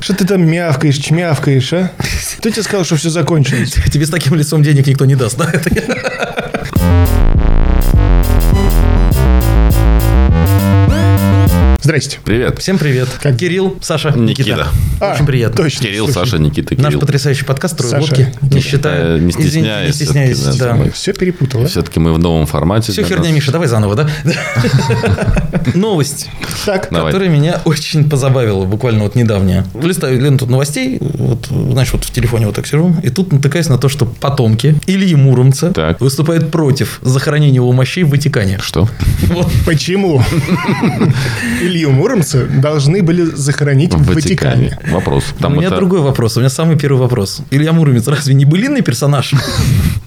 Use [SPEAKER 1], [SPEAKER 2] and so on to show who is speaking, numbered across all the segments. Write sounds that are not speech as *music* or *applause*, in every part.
[SPEAKER 1] Что ты там мявкаешь, чмявкаешь, а? Кто тебе сказал, что все закончилось?
[SPEAKER 2] Тебе с таким лицом денег никто не даст, да?
[SPEAKER 1] Здрасте.
[SPEAKER 2] *laughs*
[SPEAKER 3] Привет.
[SPEAKER 2] Всем привет. Как Кирилл, Саша,
[SPEAKER 3] Никита.
[SPEAKER 1] А,
[SPEAKER 2] Очень приятно.
[SPEAKER 1] Точно.
[SPEAKER 3] Кирилл,
[SPEAKER 1] слушай,
[SPEAKER 3] Саша, Никита,
[SPEAKER 2] Наш
[SPEAKER 3] Кирилл. Э,
[SPEAKER 2] потрясающий подкаст «Трое
[SPEAKER 1] Саша,
[SPEAKER 2] водки». Не считая...
[SPEAKER 3] не
[SPEAKER 2] извините,
[SPEAKER 3] стесняясь,
[SPEAKER 2] Не стесняясь,
[SPEAKER 3] всё-таки, да,
[SPEAKER 2] да.
[SPEAKER 3] мы-
[SPEAKER 1] Все перепутал, а? да?
[SPEAKER 3] Все-таки мы в новом формате.
[SPEAKER 2] Все
[SPEAKER 3] для
[SPEAKER 2] херня,
[SPEAKER 3] нас.
[SPEAKER 2] Миша, давай заново, да? *laughs* Новость,
[SPEAKER 1] Так.
[SPEAKER 3] Давай.
[SPEAKER 2] которая меня очень позабавила, буквально вот недавняя. Листаю ленту новостей, вот, знаешь, вот в телефоне вот так сижу, и тут натыкаюсь на то, что потомки Ильи Муромца
[SPEAKER 3] Так.
[SPEAKER 2] выступают против захоронения его мощей в Ватикане. *laughs*
[SPEAKER 3] Что?
[SPEAKER 2] Вот.
[SPEAKER 3] *laughs*
[SPEAKER 1] Почему Илью Муромца должны были захоронить в Ватикане?
[SPEAKER 3] Вопрос.
[SPEAKER 2] у
[SPEAKER 3] Там
[SPEAKER 2] меня
[SPEAKER 3] это-
[SPEAKER 2] другой вопрос. У меня самый первый вопрос. Илья Муромец *laughs* разве не былинный персонаж?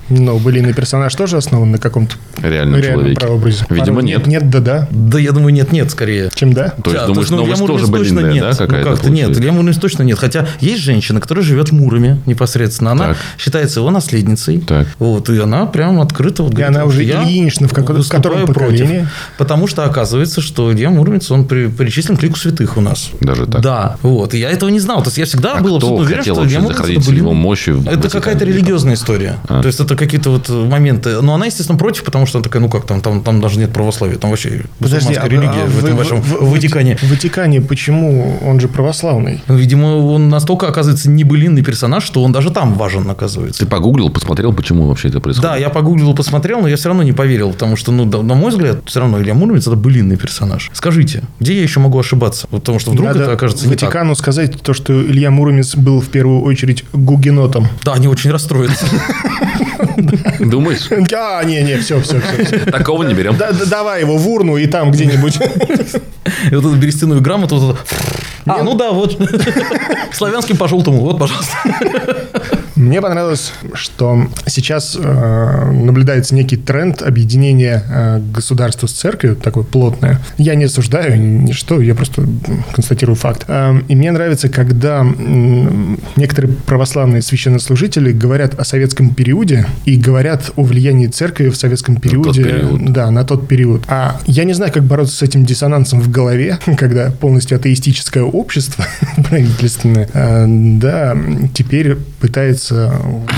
[SPEAKER 1] Но былиный персонаж тоже основан на каком-то
[SPEAKER 3] Реальном
[SPEAKER 1] реальном
[SPEAKER 3] человеке.
[SPEAKER 1] прообразе.
[SPEAKER 3] Видимо,
[SPEAKER 1] Порой
[SPEAKER 3] нет.
[SPEAKER 1] Нет, да-да.
[SPEAKER 2] Да, я думаю, нет-нет, скорее.
[SPEAKER 1] Чем да?
[SPEAKER 3] То есть,
[SPEAKER 2] Да,
[SPEAKER 3] думаешь,
[SPEAKER 2] ну, Илья
[SPEAKER 3] новость
[SPEAKER 2] Муромец
[SPEAKER 3] тоже
[SPEAKER 2] точно
[SPEAKER 3] былинная,
[SPEAKER 2] нет.
[SPEAKER 3] да, какая-то?
[SPEAKER 2] Ну, как-то нет.
[SPEAKER 3] получилась?
[SPEAKER 2] Илья Муромец точно нет. Хотя есть женщина, которая живет в Муроме непосредственно. Она
[SPEAKER 3] Так.
[SPEAKER 2] считается его наследницей.
[SPEAKER 3] Так.
[SPEAKER 2] Вот, и она прям открыто вот
[SPEAKER 1] И
[SPEAKER 2] говорит,
[SPEAKER 1] она
[SPEAKER 2] вот
[SPEAKER 1] уже
[SPEAKER 2] я
[SPEAKER 1] Ильинична в каком- в
[SPEAKER 2] выступаю
[SPEAKER 1] котором поколении?
[SPEAKER 2] Потому что оказывается, что Илья Муромец, он при- причислен к лику святых у нас.
[SPEAKER 3] Даже так?
[SPEAKER 2] Да. Вот. И я этого не знал. То есть, я всегда
[SPEAKER 3] А
[SPEAKER 2] был
[SPEAKER 3] кто
[SPEAKER 2] абсолютно уверен,
[SPEAKER 3] хотел
[SPEAKER 2] что Илья
[SPEAKER 3] вообще
[SPEAKER 2] Муромец...
[SPEAKER 3] заходить в
[SPEAKER 2] были-
[SPEAKER 3] его мощи в
[SPEAKER 2] Это
[SPEAKER 3] Ватикане?
[SPEAKER 2] какая-то религиозная история.
[SPEAKER 3] А.
[SPEAKER 2] То есть, это какие-то вот моменты. Но она, естественно, против, потому что она такая, ну как там, там, там даже нет православия. Там вообще
[SPEAKER 1] Подожди, а
[SPEAKER 2] мусульманская религия в
[SPEAKER 1] вы-
[SPEAKER 2] этом вашем
[SPEAKER 1] в- в-
[SPEAKER 2] Ватикане.
[SPEAKER 1] В Ватикане почему он же православный?
[SPEAKER 2] Ну, Видимо, он настолько, оказывается, не былинный персонаж, что он даже там важен, оказывается.
[SPEAKER 3] Ты погуглил, посмотрел, почему вообще это происходит?
[SPEAKER 2] Да, я погуглил, посмотрел, но я все равно не поверил, потому что, ну, да- на мой взгляд, все равно Илья Муромец – это былинный персонаж. Скажите, где я еще могу ошибаться? Вот Потому что вдруг
[SPEAKER 1] Надо
[SPEAKER 2] это окажется не так.
[SPEAKER 1] Ватикану сказать то, что Илья Муромец был в первую очередь гугенотом. *laughs*
[SPEAKER 2] Да, они очень расстроятся.
[SPEAKER 3] Думаешь?
[SPEAKER 1] А, не-не, все, все, все.
[SPEAKER 3] Такого не берем.
[SPEAKER 1] Давай его в урну и там где-нибудь.
[SPEAKER 2] И вот эту берестяную грамоту. вот это, А, ну да, вот. *laughs* Славянским пошел тому. Вот, пожалуйста.
[SPEAKER 1] *laughs* Мне понравилось, что сейчас э, наблюдается некий тренд объединения э, государства с церковью, такое плотное. Я не осуждаю ничто, я просто м, констатирую факт. Эм, и мне нравится, когда м, некоторые православные священнослужители говорят о советском периоде и говорят о влиянии церкви в советском периоде.
[SPEAKER 3] период.
[SPEAKER 1] Да, на тот период. А я не знаю, как бороться с этим диссонансом в голове, *laughs* когда полностью атеистическое общество *laughs* правительственное, э, да, теперь пытается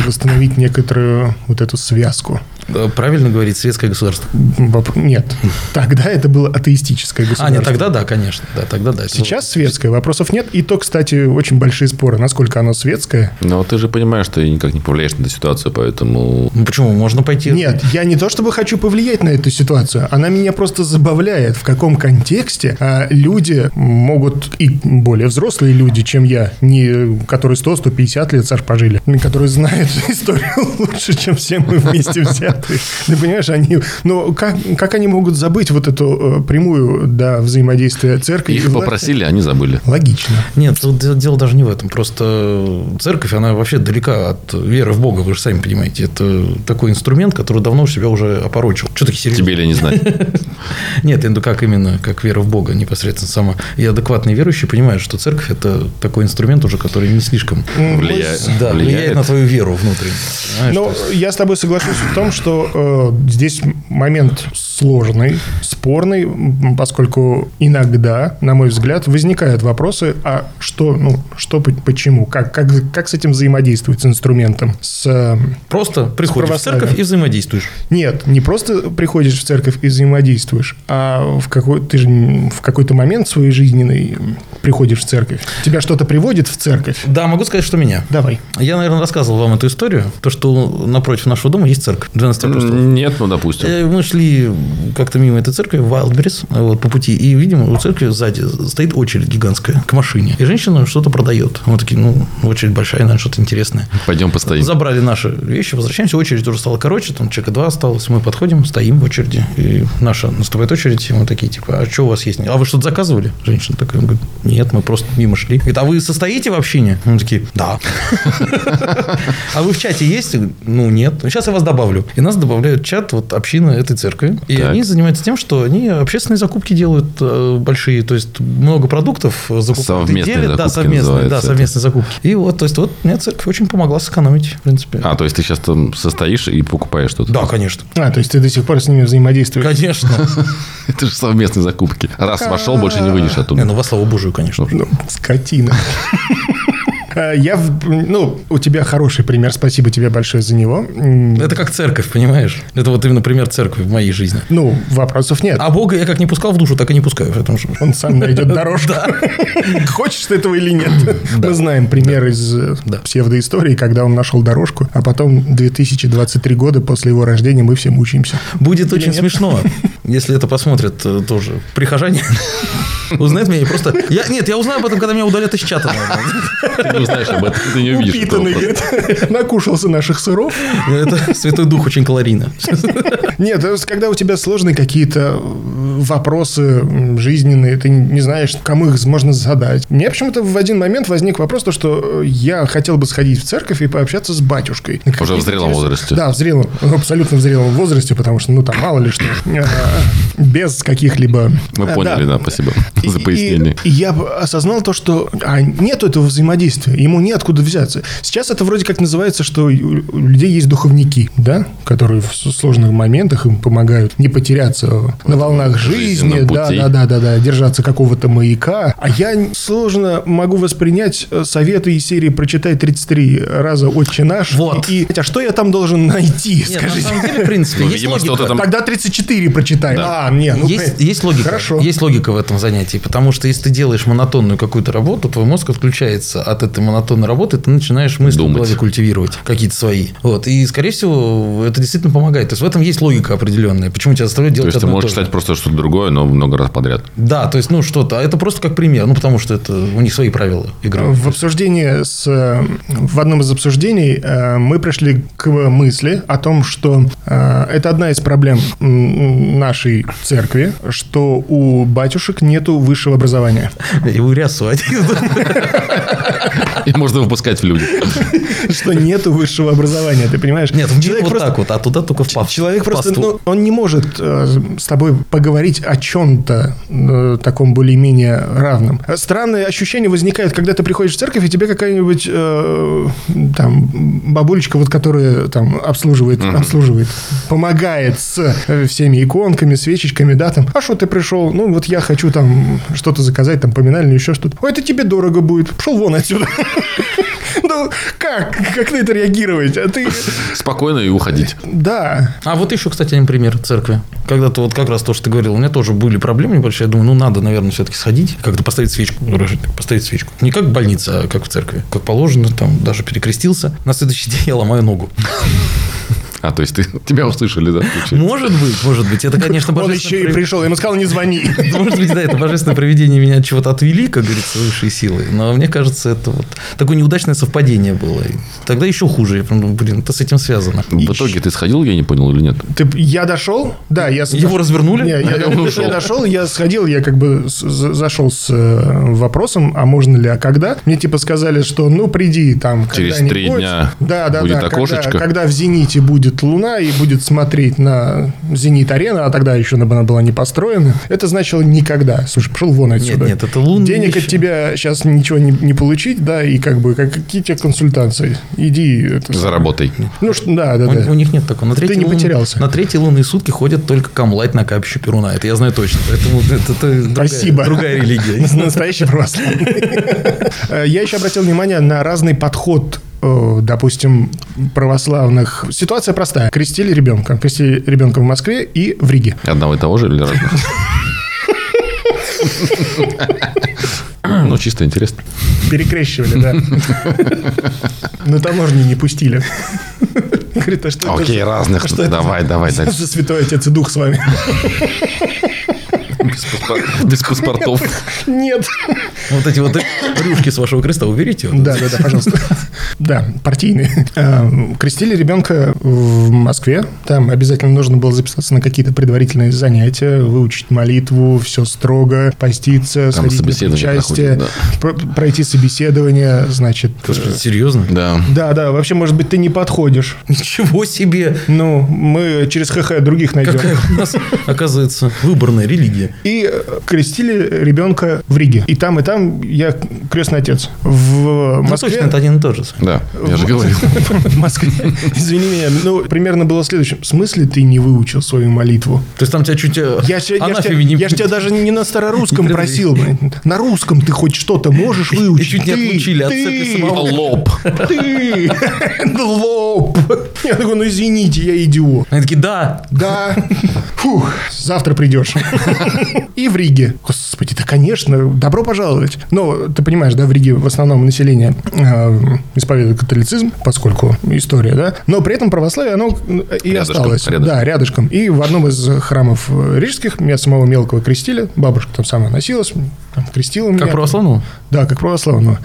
[SPEAKER 1] восстановить некоторую вот эту связку.
[SPEAKER 2] Да, Правильно говорит светское государство.
[SPEAKER 1] Воп- Нет, *laughs* тогда это было атеистическое
[SPEAKER 2] А,
[SPEAKER 1] государство.
[SPEAKER 2] нет, тогда да, конечно. Да, тогда да. Типа,
[SPEAKER 1] Сейчас светское, вопросов нет. И то, кстати, очень большие споры, насколько оно светское.
[SPEAKER 3] Но ты же понимаешь, ты никак не повлияешь на эту ситуацию, поэтому...
[SPEAKER 2] Ну, почему? Можно пойти...
[SPEAKER 1] Нет, я не то чтобы хочу повлиять на эту ситуацию, она меня просто забавляет, в каком контексте а, люди могут, и более взрослые люди, чем я, не, которые 100-150 лет, Саш, пожили, ну, которые знают *laughs* историю лучше, чем все мы вместе взятые. Ты понимаешь, они... Ну, как, как они могут забыть вот эту э, прямую да, взаимодействие церкви и
[SPEAKER 3] Их
[SPEAKER 1] власти?
[SPEAKER 3] попросили, они забыли.
[SPEAKER 1] Логично.
[SPEAKER 2] Нет, тут де- дело даже не в этом. Просто церковь, она вообще далека от веры в Бога, вы же сами понимаете. Это такой инструмент, который давно у себя уже опорочил. Что такие серьезные?
[SPEAKER 3] Тебе или
[SPEAKER 2] *laughs*
[SPEAKER 3] не знать?
[SPEAKER 2] Нет, я ну как именно, как вера в Бога непосредственно сама. И адекватные верующие понимают, что церковь – это такой инструмент уже, который не слишком
[SPEAKER 3] Влия-
[SPEAKER 2] да, влияет на твою веру внутреннюю. понимаешь?
[SPEAKER 1] Ну, я с тобой соглашусь в том, что э, здесь момент сложный, спорный, м, поскольку иногда, на мой взгляд, возникают вопросы, а что, ну, что, по- почему, как, как, как с этим взаимодействовать, с инструментом, с... э,
[SPEAKER 2] Просто приходишь в
[SPEAKER 1] православием.
[SPEAKER 2] церковь и взаимодействуешь.
[SPEAKER 1] Нет, не просто приходишь в церковь и взаимодействуешь, а в какой, ты же м, в какой-то момент своей жизненной м, приходишь в церковь. Тебя что-то приводит в церковь.
[SPEAKER 2] Да, могу сказать, что меня.
[SPEAKER 1] Давай.
[SPEAKER 2] Я, наверное, рассказывал вам эту историю, то, что напротив нашего дома есть церковь. 12 апостолов.
[SPEAKER 3] Нет, ну, допустим.
[SPEAKER 2] Э, Мы шли как-то мимо этой церкви, в Вайлдберрис, вот, по пути, и, видимо, у церкви сзади стоит очередь гигантская к машине. И женщина что-то продает. Мы такие, ну, очередь большая, наверное, что-то интересное.
[SPEAKER 3] Пойдем постоим.
[SPEAKER 2] Забрали наши вещи, возвращаемся, очередь уже стала короче, там человека два осталось, мы подходим, стоим в очереди, и наша наступает очередь, и мы такие, типа, а что у вас есть? А вы что-то заказывали? Женщина такая, говорит, нет, мы просто мимо шли. Говорит, а вы состоите в общине? Мы такие, да. А вы в чате есть? Ну, нет. Сейчас я вас добавлю. И нас добавляют в чат вот община этой церкви. И
[SPEAKER 3] Так.
[SPEAKER 2] они занимаются тем, что они общественные закупки делают э, большие, то есть много продуктов э, закупают. и
[SPEAKER 3] Совместные
[SPEAKER 2] делят. Да,
[SPEAKER 3] закупки
[SPEAKER 2] совместные, да,
[SPEAKER 3] называется это.
[SPEAKER 2] совместные закупки. И вот, то есть, вот мне церковь очень помогла сэкономить, в принципе.
[SPEAKER 3] А, то есть ты сейчас там состоишь и покупаешь что-то?
[SPEAKER 2] Да, конечно.
[SPEAKER 1] А, то есть ты до сих пор с ними взаимодействуешь.
[SPEAKER 2] Конечно.
[SPEAKER 3] *laughs* Это же совместные закупки. Раз вошел, больше не выйдешь а
[SPEAKER 2] Не,
[SPEAKER 3] оттуда.
[SPEAKER 2] ну во славу Божию, конечно же.
[SPEAKER 1] Ну, скотина. А, Я, в- ну, у тебя хороший пример, спасибо тебе большое за него. М,
[SPEAKER 2] Это как церковь, понимаешь? Это вот именно пример церкви в моей жизни.
[SPEAKER 1] Ну, вопросов нет.
[SPEAKER 2] А Бога я как не пускал в душу, так и не пускаю. Потому что...
[SPEAKER 1] Он сам
[SPEAKER 2] *laughs*
[SPEAKER 1] найдет дорожку. *laughs* Хочешь ты этого или нет? Мы знаем пример из э,
[SPEAKER 2] Да.
[SPEAKER 1] псевдоистории, когда он нашел дорожку, а потом 2023 года после его рождения мы все мучаемся.
[SPEAKER 2] Будет очень
[SPEAKER 3] *laughs*
[SPEAKER 2] смешно, если это посмотрят э, тоже прихожане. *laughs* Узнают меня и просто... Я, нет, я узнаю об этом, когда меня удалят из чата.
[SPEAKER 3] *laughs*
[SPEAKER 2] наверное.
[SPEAKER 3] Ты не узнаешь об этом, ты не увидишь. этого
[SPEAKER 1] Упитанный,
[SPEAKER 3] просто.
[SPEAKER 1] говорит, *laughs* накушался наших сыров.
[SPEAKER 2] Это Святой Дух очень калорийно.
[SPEAKER 1] Нет, то есть, когда у тебя сложные какие-то э, вопросы м, жизненные, ты не знаешь, кому их можно задать. Мне почему-то в один момент возник вопрос, то, что э, я хотел бы сходить в церковь и пообщаться с батюшкой. На
[SPEAKER 3] Уже в
[SPEAKER 1] какие-то
[SPEAKER 3] зрелом
[SPEAKER 1] интересные-
[SPEAKER 3] возрасте.
[SPEAKER 1] Да, в зрелом, *laughs* абсолютно в зрелом возрасте, потому что, ну, там мало ли
[SPEAKER 3] *laughs*
[SPEAKER 1] что. Э, Без каких-либо...
[SPEAKER 3] Мы
[SPEAKER 1] Э,
[SPEAKER 3] поняли, да, спасибо за
[SPEAKER 1] и-
[SPEAKER 3] пояснение.
[SPEAKER 1] И, я б- осознал то, что а, нету этого взаимодействия, ему неоткуда взяться. Сейчас это вроде как называется, что у у людей есть духовники, да, которые в с- сложных моментах им помогают не потеряться на волнах жизни,
[SPEAKER 3] жизненном
[SPEAKER 1] да,
[SPEAKER 3] пути.
[SPEAKER 1] да, да, да, да, держаться какого-то маяка. А я н- сложно могу воспринять э, советы из серии «Прочитай 33 раза «Отче наш».
[SPEAKER 2] Вот.
[SPEAKER 1] И, а что я там должен найти,
[SPEAKER 2] Нет, на
[SPEAKER 1] скажите?
[SPEAKER 2] самом деле, в принципе,
[SPEAKER 3] Ну,
[SPEAKER 2] есть
[SPEAKER 3] видимо,
[SPEAKER 2] логика.
[SPEAKER 3] что-то там
[SPEAKER 1] Тогда 34 прочитай.
[SPEAKER 3] Да.
[SPEAKER 1] А, нет, ну,
[SPEAKER 2] есть,
[SPEAKER 1] э,
[SPEAKER 2] есть логика.
[SPEAKER 1] Хорошо.
[SPEAKER 2] Есть логика в этом занятии, потому что если ты делаешь монотонную какую-то работу, твой мозг отключается от этой монотонной работы, ты начинаешь мысли
[SPEAKER 3] Думать.
[SPEAKER 2] в голове культивировать какие-то свои. Вот. И, скорее всего, это действительно помогает. То есть в этом есть логика определенная. Почему тебя заставляют
[SPEAKER 3] То
[SPEAKER 2] делать
[SPEAKER 3] есть ты
[SPEAKER 2] одно и
[SPEAKER 3] можешь
[SPEAKER 2] то же.
[SPEAKER 3] читать просто что-то другое, но много раз подряд.
[SPEAKER 2] Да, то есть, ну, что-то. А Это просто как пример. Ну, потому что это у них свои правила игры.
[SPEAKER 1] Ну, В обсуждении с... э, В одном из обсуждений э, мы пришли к мысли о том, что э, это одна из проблем м, нашей церкви, что у батюшек нету высшего образования. *laughs*
[SPEAKER 2] И урясывать.
[SPEAKER 3] И можно выпускать в люди. *laughs*
[SPEAKER 1] Что нету высшего образования, ты понимаешь?
[SPEAKER 2] Нет, в мире
[SPEAKER 1] Человек
[SPEAKER 2] вот
[SPEAKER 1] просто-
[SPEAKER 2] так вот, а туда только в паф.
[SPEAKER 1] Человек просто,
[SPEAKER 2] паству.
[SPEAKER 1] ну, он не может э, с тобой поговорить о чем-то э, таком более-менее равном. Странное ощущение возникает, когда ты приходишь в церковь, и тебе какая-нибудь э, там бабулечка, вот которая там обслуживает, обслуживает, помогает с э, всеми иконками, свечечками, да, там, а что ты пришел? Ну, вот я хочу там что-то заказать, там, поминальную, еще что-то. Ой, это тебе дорого будет. Пошел вон отсюда. *laughs* Ну, как? Как на это реагировать? А ты...
[SPEAKER 3] Спокойно и уходить.
[SPEAKER 1] Да.
[SPEAKER 2] А вот еще, кстати, один пример церкви. Когда-то вот как раз то, что ты говорил, у меня тоже были проблемы небольшие. Я думаю, ну надо, наверное, все-таки сходить, как-то поставить свечку. Ну, Рожи, так, Поставить свечку. Не как в больнице, а как в церкви. Как положено, там даже перекрестился. На следующий день я ломаю ногу.
[SPEAKER 3] А, то есть ты, *laughs* тебя услышали, да? включили?
[SPEAKER 2] Может быть, может быть. Это, конечно,
[SPEAKER 1] Он
[SPEAKER 2] божественное
[SPEAKER 1] еще и
[SPEAKER 2] прив-
[SPEAKER 1] пришел, ему сказал, не звони.
[SPEAKER 2] *laughs* Может быть, да, это божественное проведение меня от чего-то отвели, как говорится, высшие силы. Но мне кажется, это вот такое неудачное совпадение было. И тогда еще хуже. Я подумал, блин, это с этим связано.
[SPEAKER 3] В итоге ты сходил, я не понял, или нет?
[SPEAKER 1] *laughs* Ты, я дошел? Да, я... с-
[SPEAKER 2] Его развернули?
[SPEAKER 1] Не, я,
[SPEAKER 3] Я ушел.
[SPEAKER 1] я дошел, я сходил, я как бы с- за- зашел с э, вопросом, а можно ли, а когда? Мне типа сказали, что ну приди там
[SPEAKER 3] Через
[SPEAKER 1] когда-нибудь.
[SPEAKER 3] три дня
[SPEAKER 1] да, да,
[SPEAKER 3] будет
[SPEAKER 1] да, когда-
[SPEAKER 3] окошечко.
[SPEAKER 1] Когда, в «Зените» будет луна и будет смотреть на «Зенит-арена», а тогда еще она была не построена, это значило никогда. Слушай, пошел вон
[SPEAKER 2] Нет,
[SPEAKER 1] отсюда.
[SPEAKER 2] нет, это лунный
[SPEAKER 1] Денег от
[SPEAKER 2] еще.
[SPEAKER 1] тебя сейчас ничего не, не получить, да, и как бы как, какие тебе консультации? Иди. это-
[SPEAKER 3] Заработай.
[SPEAKER 1] Ну что, да, да,
[SPEAKER 2] У,
[SPEAKER 1] да.
[SPEAKER 2] у них нет такого. На третий
[SPEAKER 1] не
[SPEAKER 2] лун-
[SPEAKER 1] потерялся.
[SPEAKER 2] На третьи лунные сутки ходят только камлать на капище Перуна. Это я знаю точно. Поэтому это, это другая,
[SPEAKER 1] Спасибо.
[SPEAKER 2] другая религия.
[SPEAKER 1] Настоящий православный. Э, Я еще обратил внимание на разный подход э, допустим, православных. Ситуация простая. Крестили ребенка. Крестили ребенка в Москве и в Риге.
[SPEAKER 3] Одного и того же или разных? Ну, чисто интересно.
[SPEAKER 1] Перекрещивали, да. На таможне не пустили. Говорит, а что это
[SPEAKER 3] Окей,
[SPEAKER 1] за-
[SPEAKER 3] разных.
[SPEAKER 1] что это
[SPEAKER 3] Давай, давай, дальше.
[SPEAKER 1] за святой отец и дух с вами?
[SPEAKER 3] *laughs* Без паспор- Без паспортов.
[SPEAKER 1] Нет.
[SPEAKER 2] Вот эти вот рюшки с вашего креста уберите. Вот.
[SPEAKER 1] Да, да, да,
[SPEAKER 2] *laughs*
[SPEAKER 1] пожалуйста. Да, партийные. Эм, Крестили ребенка в Москве. Там обязательно нужно было записаться на какие-то предварительные занятия, выучить молитву, все строго, поститься,
[SPEAKER 3] Там
[SPEAKER 1] сходить на
[SPEAKER 3] собеседование
[SPEAKER 1] причастие,
[SPEAKER 3] проходит,
[SPEAKER 1] про- пройти собеседование, значит...
[SPEAKER 2] Господи, серьезно?
[SPEAKER 3] Да.
[SPEAKER 1] Да, да, вообще, может быть, ты не подходишь.
[SPEAKER 2] Ничего себе!
[SPEAKER 1] Ну, мы через ХХ других найдем.
[SPEAKER 2] Какая у нас, оказывается, выборная религия.
[SPEAKER 1] И э, крестили ребенка в Риге. И там, и там я крестный отец. В
[SPEAKER 2] Ну,
[SPEAKER 1] Москве...
[SPEAKER 2] точно, это один и тот же.
[SPEAKER 3] Да, я же *laughs* говорил.
[SPEAKER 1] В Москве, *laughs* извини меня, ну, примерно было следующим. В смысле ты не выучил свою молитву?
[SPEAKER 2] То есть там тебя чуть... э,
[SPEAKER 1] Я ж я ж тебя
[SPEAKER 2] анафеме не-
[SPEAKER 1] я ж тебя даже не на старорусском
[SPEAKER 2] Не
[SPEAKER 1] просил. блин. *laughs* На русском ты хоть что-то можешь выучить.
[SPEAKER 2] чуть не
[SPEAKER 1] Ты,
[SPEAKER 2] отлучили от
[SPEAKER 1] ты,
[SPEAKER 2] цепи самого.
[SPEAKER 3] Лоб.
[SPEAKER 1] Ты! *laughs* Лоб! Я такой, ну извините, я идиот.
[SPEAKER 2] Они такие, да,
[SPEAKER 1] Да. Фух, завтра придешь. И в Риге. Господи, да, конечно, добро пожаловать. Но ты понимаешь, да, в Риге в основном население э, исповедует католицизм, поскольку история, да. Но при этом православие, оно э, и
[SPEAKER 3] Рядышком,
[SPEAKER 1] осталось.
[SPEAKER 3] рядышком.
[SPEAKER 1] Да, рядышком. И в одном из храмов э, рижских меня самого мелкого крестили. Бабушка там сама носилась, там крестила меня.
[SPEAKER 2] как православного.
[SPEAKER 1] Да, как православного.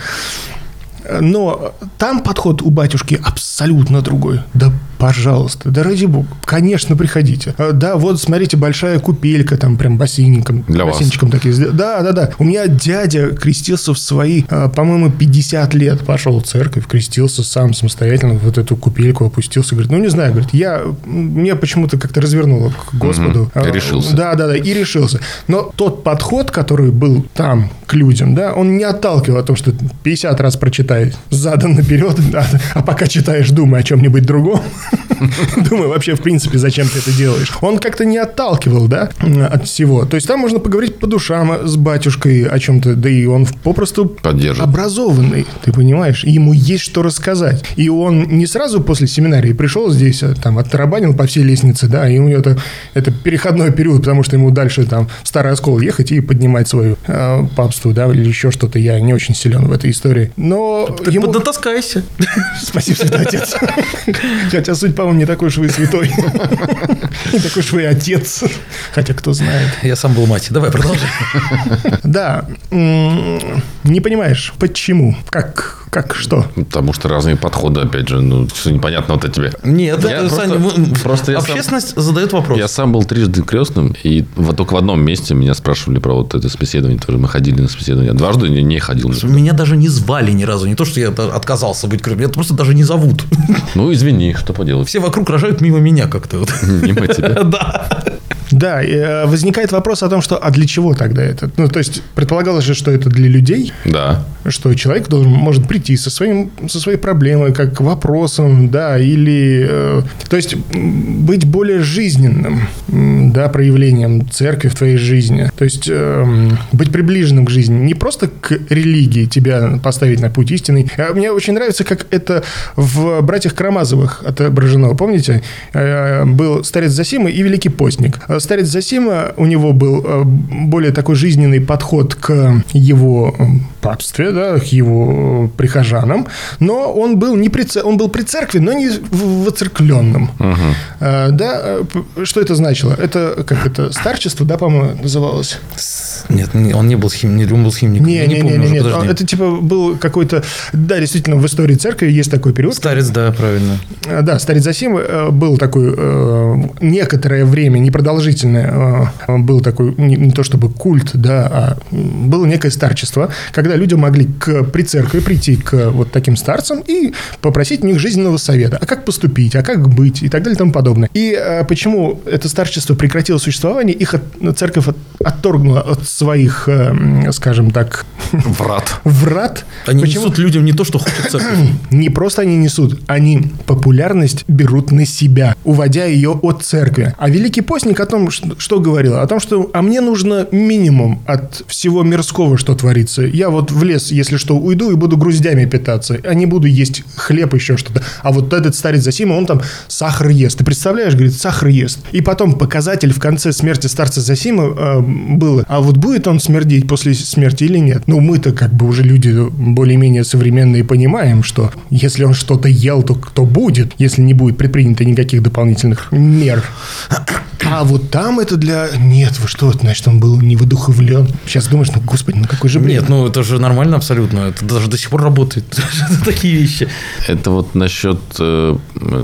[SPEAKER 1] Но там подход у батюшки абсолютно другой. Да, пожалуйста, да ради бога, конечно, приходите. А, Да, вот, смотрите, большая купелька, там прям бассейником.
[SPEAKER 3] Для вас.
[SPEAKER 1] бассейнчиком такие. сдел- Да, да, да. У меня дядя крестился в свои, а, по-моему, 50 лет. Пошел в церковь, крестился сам самостоятельно, в вот эту купельку опустился. Говорит, ну, не знаю, говорит, я, мне почему-то как-то развернуло к Господу.
[SPEAKER 3] Мгм.
[SPEAKER 1] А,
[SPEAKER 3] Решился.
[SPEAKER 1] Да, да, да, и решился. Но тот подход, который был там к людям, да, он не отталкивал о том, что 50 раз прочитай задан наперед, *laughs* да, а пока читаешь, думай о чем-нибудь другом. *laughs* Думай вообще, в принципе, зачем ты это делаешь. Он как-то не отталкивал, да, от всего. То есть там можно поговорить по душам с батюшкой о чем-то, да и он попросту
[SPEAKER 3] Поддержит.
[SPEAKER 1] образованный, ты понимаешь, и ему есть что рассказать. И он не сразу после семинарии пришел здесь, а, там, оттарабанил по всей лестнице, да, и у него это, это переходной период, потому что ему дальше там в Старый Оскол ехать и поднимать свою э, папству, да, или еще что-то, я не очень силен в этой истории. Но
[SPEAKER 2] Так
[SPEAKER 1] ему...
[SPEAKER 2] поднатаскайся.
[SPEAKER 1] *laughs* Спасибо, святой отец. Хотя, суть, по-моему, не такой уж вы и святой. Не такой уж вы и отец. Хотя, кто знает.
[SPEAKER 2] *laughs* Я сам был мать. Давай, продолжай.
[SPEAKER 1] Да, м, не понимаешь, почему, как, как, что.
[SPEAKER 3] Потому что разные подходы, опять же, ну, что непонятно вот это тебе.
[SPEAKER 2] Нет,
[SPEAKER 3] Я
[SPEAKER 2] это,
[SPEAKER 3] просто-
[SPEAKER 2] Саня, мы-
[SPEAKER 3] просто я сам-
[SPEAKER 2] общественность задает вопрос.
[SPEAKER 3] Я сам был трижды крестным, и вот только в одном месте меня спрашивали про вот это собеседование. Тоже мы ходили на собеседование. Дважды не, не ходил.
[SPEAKER 2] Меня даже не звали ни разу. Не то, что я да- отказался быть крутым. Меня просто даже не зовут. *laughs*
[SPEAKER 3] Ну, извини, что поделать.
[SPEAKER 2] Все вокруг рожают мимо меня как-то. вот.
[SPEAKER 3] Мимо *laughs* тебя.
[SPEAKER 2] *laughs* Да.
[SPEAKER 1] Да, и, э, возникает вопрос о том, что а для чего тогда это? Ну, то есть, предполагалось же, что это для людей,
[SPEAKER 3] Да.
[SPEAKER 1] что человек должен, может прийти со, своим, со своей проблемой, как вопросом, да, или... э, то есть, м, быть более жизненным, м, да, проявлением церкви в твоей жизни. То есть, эм, быть приближенным к жизни. Не просто к религии тебя поставить на путь истинный. А Мне очень нравится, как это в «Братьях Карамазовых» отображено. Помните? Э, Был старец Засима и великий постник. А Старец Засима, у него был э, более такой жизненный подход к его э, папстве, да, к его э, прихожанам, но он был, не при, ц- он был при церкви, но не в- воцеркленном. Э, Да, э, п- что это значило? Это, как это, старчество, да, по-моему, называлось?
[SPEAKER 2] Нет, не- он не был схимником. Он был схимником.
[SPEAKER 1] Не,
[SPEAKER 2] Я
[SPEAKER 1] не, не,
[SPEAKER 2] помню
[SPEAKER 1] не,
[SPEAKER 2] уже,
[SPEAKER 1] нет.
[SPEAKER 2] подожди.
[SPEAKER 1] Это типа был какой-то, да, действительно, в истории церкви есть такой период,
[SPEAKER 2] Старец, да, правильно.
[SPEAKER 1] Э, Да, старец Засим э, был такой э, некоторое время, непродолжительное, э, был такой, не, не то чтобы культ, да, а м, было некое старчество, когда люди могли к, при церкви прийти к вот таким старцам и попросить у них жизненного совета, а как поступить, а как быть и так далее и тому подобное. И э, почему это старчество прекратило существование, их от- церковь от- отторгнула от своих, э, м, скажем так,
[SPEAKER 3] Врат.
[SPEAKER 1] врат.
[SPEAKER 2] Они
[SPEAKER 1] Почему?
[SPEAKER 2] несут людям не то, что хочется.
[SPEAKER 1] *clears throat* Не просто они несут, они популярность берут на себя, уводя ее от церкви. А Великий Постник о том, что, что говорил? О том, что «а мне нужно минимум от всего мирского, что творится. Я вот в лес, если что, уйду и буду груздями питаться, а не буду есть хлеб, еще что-то. А вот этот старец Засима, он там сахар ест. Ты представляешь, говорит, сахар ест. И потом показатель в конце смерти старца Засима э, был, а вот будет он смердеть после смерти или нет? Ну, мы-то как бы уже люди более-менее современные понимаем, что если он что-то ел, то кто будет, если не будет предпринято никаких дополнительных мер. А вот там это для... Нет, вы что, значит, он был не выдуховлен. Сейчас думаешь, ну, господи, ну какой же бред.
[SPEAKER 2] Нет, ну это же нормально абсолютно. Это даже до сих пор работает. *laughs* Такие вещи.
[SPEAKER 3] Это вот насчет... э,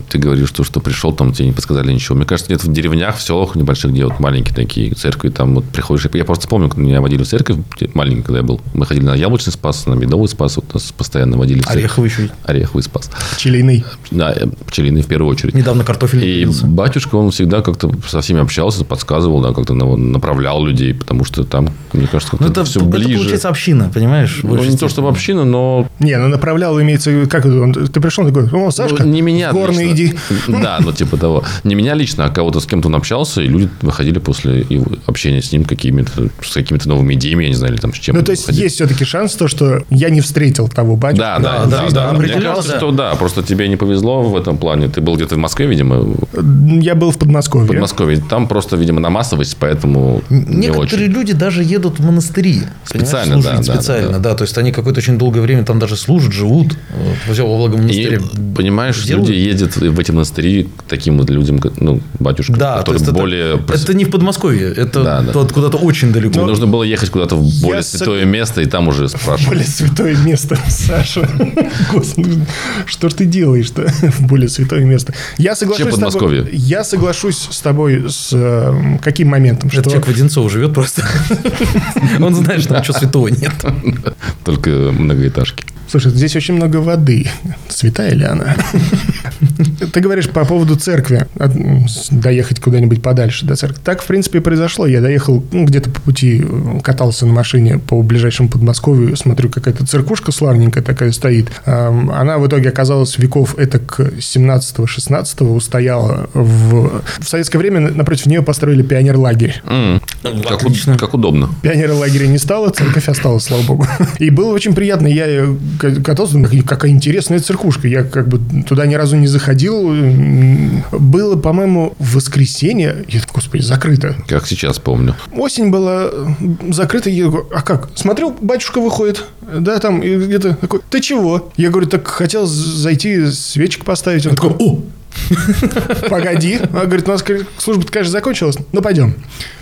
[SPEAKER 3] Ты говоришь, что, что пришел, там тебе не подсказали ничего. Мне кажется, нет, в деревнях, в селах небольших, где вот маленькие такие церкви, там вот приходишь... Я просто помню, когда меня водили в церковь, где- маленький, когда я был. Мы ходили на Яблочный спас, на Медовый спас. Вот нас постоянно водили в церковь.
[SPEAKER 2] Ореховый еще
[SPEAKER 3] Ореховый спас.
[SPEAKER 1] Пчелиный.
[SPEAKER 3] Да, э, пчелиный в первую очередь.
[SPEAKER 2] недавно картофель
[SPEAKER 3] И
[SPEAKER 2] купился.
[SPEAKER 3] батюшка, он всегда как-то со всеми ними общался, подсказывал, да, как-то на- направлял людей, потому что там, мне кажется, как-то
[SPEAKER 2] Ну, это,
[SPEAKER 3] все
[SPEAKER 2] это
[SPEAKER 3] ближе.
[SPEAKER 2] получается община, понимаешь? в
[SPEAKER 3] Ну,
[SPEAKER 2] большей
[SPEAKER 3] не то,
[SPEAKER 2] степени.
[SPEAKER 3] чтобы община, но
[SPEAKER 1] Не, ну направлял, имеется в виду, как это, он- ты пришел, он такой, о, Сашка,
[SPEAKER 3] ну, не меня
[SPEAKER 1] в горный
[SPEAKER 3] лично.
[SPEAKER 1] иди.
[SPEAKER 3] *laughs* Да, ну типа того. Не меня лично, а кого-то с кем-то он общался, и люди выходили после его общения с ним какими-то, с какими-то новыми идеями, я не знаю, или там с чем.
[SPEAKER 1] Ну, то есть,
[SPEAKER 3] выходили.
[SPEAKER 1] есть все-таки шанс, то, что я не встретил того батю.
[SPEAKER 3] Да, да,
[SPEAKER 2] да,
[SPEAKER 3] да,
[SPEAKER 2] жизнь
[SPEAKER 3] да. Мне
[SPEAKER 2] определялась,
[SPEAKER 3] кажется,
[SPEAKER 2] да.
[SPEAKER 3] что да, просто тебе не повезло в этом плане. Ты был где-то в Москве, видимо, в
[SPEAKER 1] Я был в Подмосковье.
[SPEAKER 3] Подмосковье. Там просто, видимо, на массовость, поэтому не
[SPEAKER 2] Некоторые
[SPEAKER 3] очень.
[SPEAKER 2] люди даже едут в монастыри. понимаешь,
[SPEAKER 3] Специально,
[SPEAKER 2] служить
[SPEAKER 3] да, да,
[SPEAKER 2] Специально,
[SPEAKER 3] да,
[SPEAKER 2] да, То есть они какое-то очень долгое время там даже служат, живут. Вот, Все во
[SPEAKER 3] И,
[SPEAKER 2] Благомонастыре.
[SPEAKER 3] понимаешь,
[SPEAKER 2] делают.
[SPEAKER 3] люди ездят в эти монастыри к таким вот людям, как, ну, батюшкам,
[SPEAKER 2] Да, то
[SPEAKER 3] которые
[SPEAKER 2] есть
[SPEAKER 3] более...
[SPEAKER 2] это, это не в Подмосковье, это
[SPEAKER 3] Да, да.
[SPEAKER 2] тот- куда-то очень далеко.
[SPEAKER 3] Нужно было ехать куда-то в более
[SPEAKER 1] Я сог-
[SPEAKER 3] святое место и там уже спрашивать.
[SPEAKER 1] *laughs* Более святое место, Саша. Господи, что ж ты делаешь-то? *laughs* В Более святое место. Я соглашусь
[SPEAKER 3] Чем
[SPEAKER 1] с тобой-
[SPEAKER 3] Подмосковье?
[SPEAKER 1] Я соглашусь с тобой с э, каким моментом?
[SPEAKER 2] Этот
[SPEAKER 1] Что
[SPEAKER 2] человек Воденцова живет просто. *laughs* Он знает, что там ничего святого нет.
[SPEAKER 3] *laughs* Только многоэтажки.
[SPEAKER 1] Слушай, здесь очень много воды. Святая ли она? Ты говоришь по поводу церкви, от- м, с- доехать куда-нибудь подальше до церкви. Так, в принципе, и произошло. Я доехал ну, где-то по пути, э, катался на машине по ближайшему Подмосковью, смотрю, какая-то церкушка славненькая такая стоит. Эм, Она в итоге оказалась веков это к 17-16 устояла. В... в советское время на- напротив нее построили пионерлагерь.
[SPEAKER 3] М, Как, уд-
[SPEAKER 2] Отлично.
[SPEAKER 3] как удобно.
[SPEAKER 1] Пионера лагеря не стало, церковь осталась, слава богу. И было очень приятно. Я э, к- катался, думаю, «И какая интересная церкушка. Я как бы туда ни разу не заходил. М, Было, по-моему, в воскресенье. Я такой, господи, закрыто.
[SPEAKER 3] Как сейчас помню.
[SPEAKER 1] Осень была э, закрыта. Я говорю, а как? Смотрю, батюшка выходит. Да, там и где-то такой, ты чего? Я говорю, так хотел з- зайти, свечек поставить. Он такой, о, *laughs* Погоди. Она говорит, у нас кор- служба-то, конечно, закончилась. Ну, пойдем.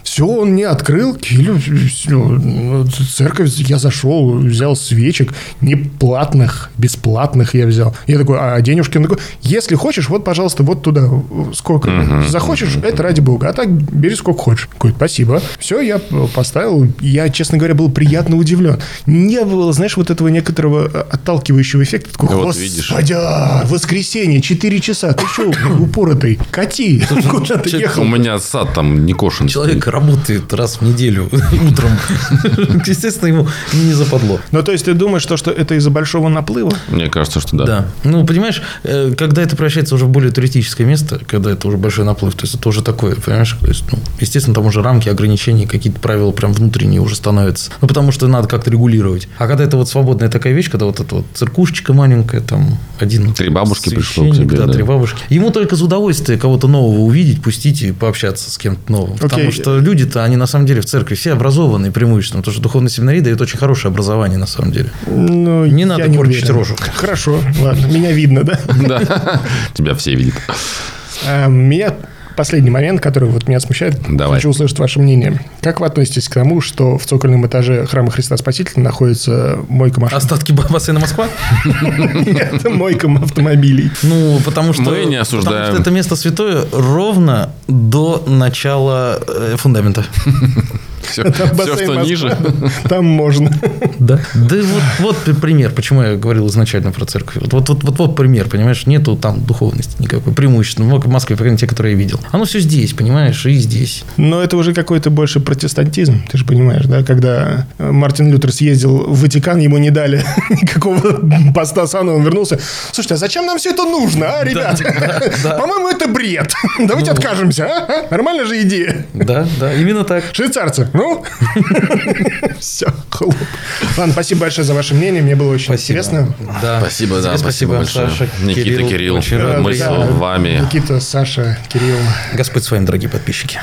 [SPEAKER 1] Все, он не открыл. Килю, всё, ну, церковь, я зашел, взял свечек. Не платных, бесплатных я взял. Я такой, а денежки? Он такой, если хочешь, вот, пожалуйста, вот туда. Сколько захочешь, это ради бога. А так бери сколько хочешь. Такой, спасибо. Все, я э, поставил. Я, честно говоря, был приятно удивлен. Не было, знаешь, вот этого некоторого э, отталкивающего эффекта. Такой,
[SPEAKER 3] Ну Вот
[SPEAKER 1] «Господи,
[SPEAKER 3] видишь.
[SPEAKER 1] Дядя, воскресенье, 4 часа. Ты что, *coughs* упоротый? Кати, куда ты
[SPEAKER 2] человек-
[SPEAKER 3] У
[SPEAKER 1] ехал?
[SPEAKER 3] меня сад там не кошен.
[SPEAKER 2] Человек работает раз в неделю утром. *laughs* Естественно, ему не западло.
[SPEAKER 1] Ну, то есть, ты думаешь, что, что это из-за большого наплыва?
[SPEAKER 3] Мне кажется, что да.
[SPEAKER 2] Да. Ну, понимаешь, э, когда это превращается уже в более туристическое место, когда это уже большой наплыв, то есть это уже такое, понимаешь? То есть, ну, естественно, там уже рамки, ограничения, какие-то правила прям внутренние уже становятся. Ну, потому что надо как-то регулировать. А когда это вот свободная такая вещь, когда вот эта вот циркушечка маленькая, там один...
[SPEAKER 3] Три бабушки пришло к
[SPEAKER 2] священник,
[SPEAKER 3] тебе,
[SPEAKER 2] Да,
[SPEAKER 3] да.
[SPEAKER 2] три бабушки. Ему только за удовольствие кого-то нового увидеть, пустить и пообщаться с кем-то новым.
[SPEAKER 1] Окей.
[SPEAKER 2] Потому что люди-то, они на самом деле в церкви все образованные преимущественно, потому что духовные семинарии дают очень хорошее образование на самом деле.
[SPEAKER 1] Ну,
[SPEAKER 2] Не
[SPEAKER 1] я
[SPEAKER 2] надо корчить
[SPEAKER 1] уверен.
[SPEAKER 2] рожу.
[SPEAKER 1] Хорошо, ладно, меня видно, да?
[SPEAKER 3] Да. Тебя все видят.
[SPEAKER 1] А, Меня последний момент, который вот меня смущает.
[SPEAKER 3] Давай.
[SPEAKER 1] Хочу услышать ваше мнение. Как вы относитесь к тому, что в цокольном этаже храма Христа Спасителя находится мойка машин?
[SPEAKER 2] Остатки ба- бассейна Москва?
[SPEAKER 1] Это *laughs* мойка автомобилей.
[SPEAKER 2] Ну, потому что...
[SPEAKER 3] Мы не осуждаем.
[SPEAKER 2] Потому что это место святое ровно до начала э, фундамента.
[SPEAKER 3] *laughs* Все,
[SPEAKER 1] бассейн
[SPEAKER 3] что
[SPEAKER 1] Москва. *laughs*
[SPEAKER 3] ниже.
[SPEAKER 1] Там можно.
[SPEAKER 2] *laughs* Да. Да и вот, вот п- пример, почему я говорил изначально про церковь. Вот, вот, вот, вот, вот пример, понимаешь, нету там духовности никакой, преимущественно. Мог- В Москве, по крайней мере, те, которые я видел. Оно все здесь, понимаешь, и здесь.
[SPEAKER 1] Но это уже какой-то больше протестантизм, ты же понимаешь, да? Когда э, Мартин Лютер съездил в Ватикан, ему не дали *laughs* никакого поста сана, он вернулся. Слушайте, а зачем нам все это нужно, а, ребят? *laughs* По-моему, это бред. Давайте откажемся, а? А? Нормальная же идея.
[SPEAKER 2] Да, да, именно так.
[SPEAKER 1] Швейцарцы, ну? Все, хлоп. Ладно, спасибо большое за ваше мнение, мне было очень
[SPEAKER 2] Спасибо.
[SPEAKER 1] интересно.
[SPEAKER 2] Да.
[SPEAKER 3] Спасибо, да,
[SPEAKER 2] Тебе
[SPEAKER 3] спасибо большое.
[SPEAKER 2] Саша,
[SPEAKER 3] Никита, Кирилл,
[SPEAKER 2] очень
[SPEAKER 1] Э,
[SPEAKER 2] рад.
[SPEAKER 3] мы с
[SPEAKER 1] да,
[SPEAKER 3] вами.
[SPEAKER 1] Никита, Саша, Кирилл.
[SPEAKER 2] Господь с вами, дорогие подписчики.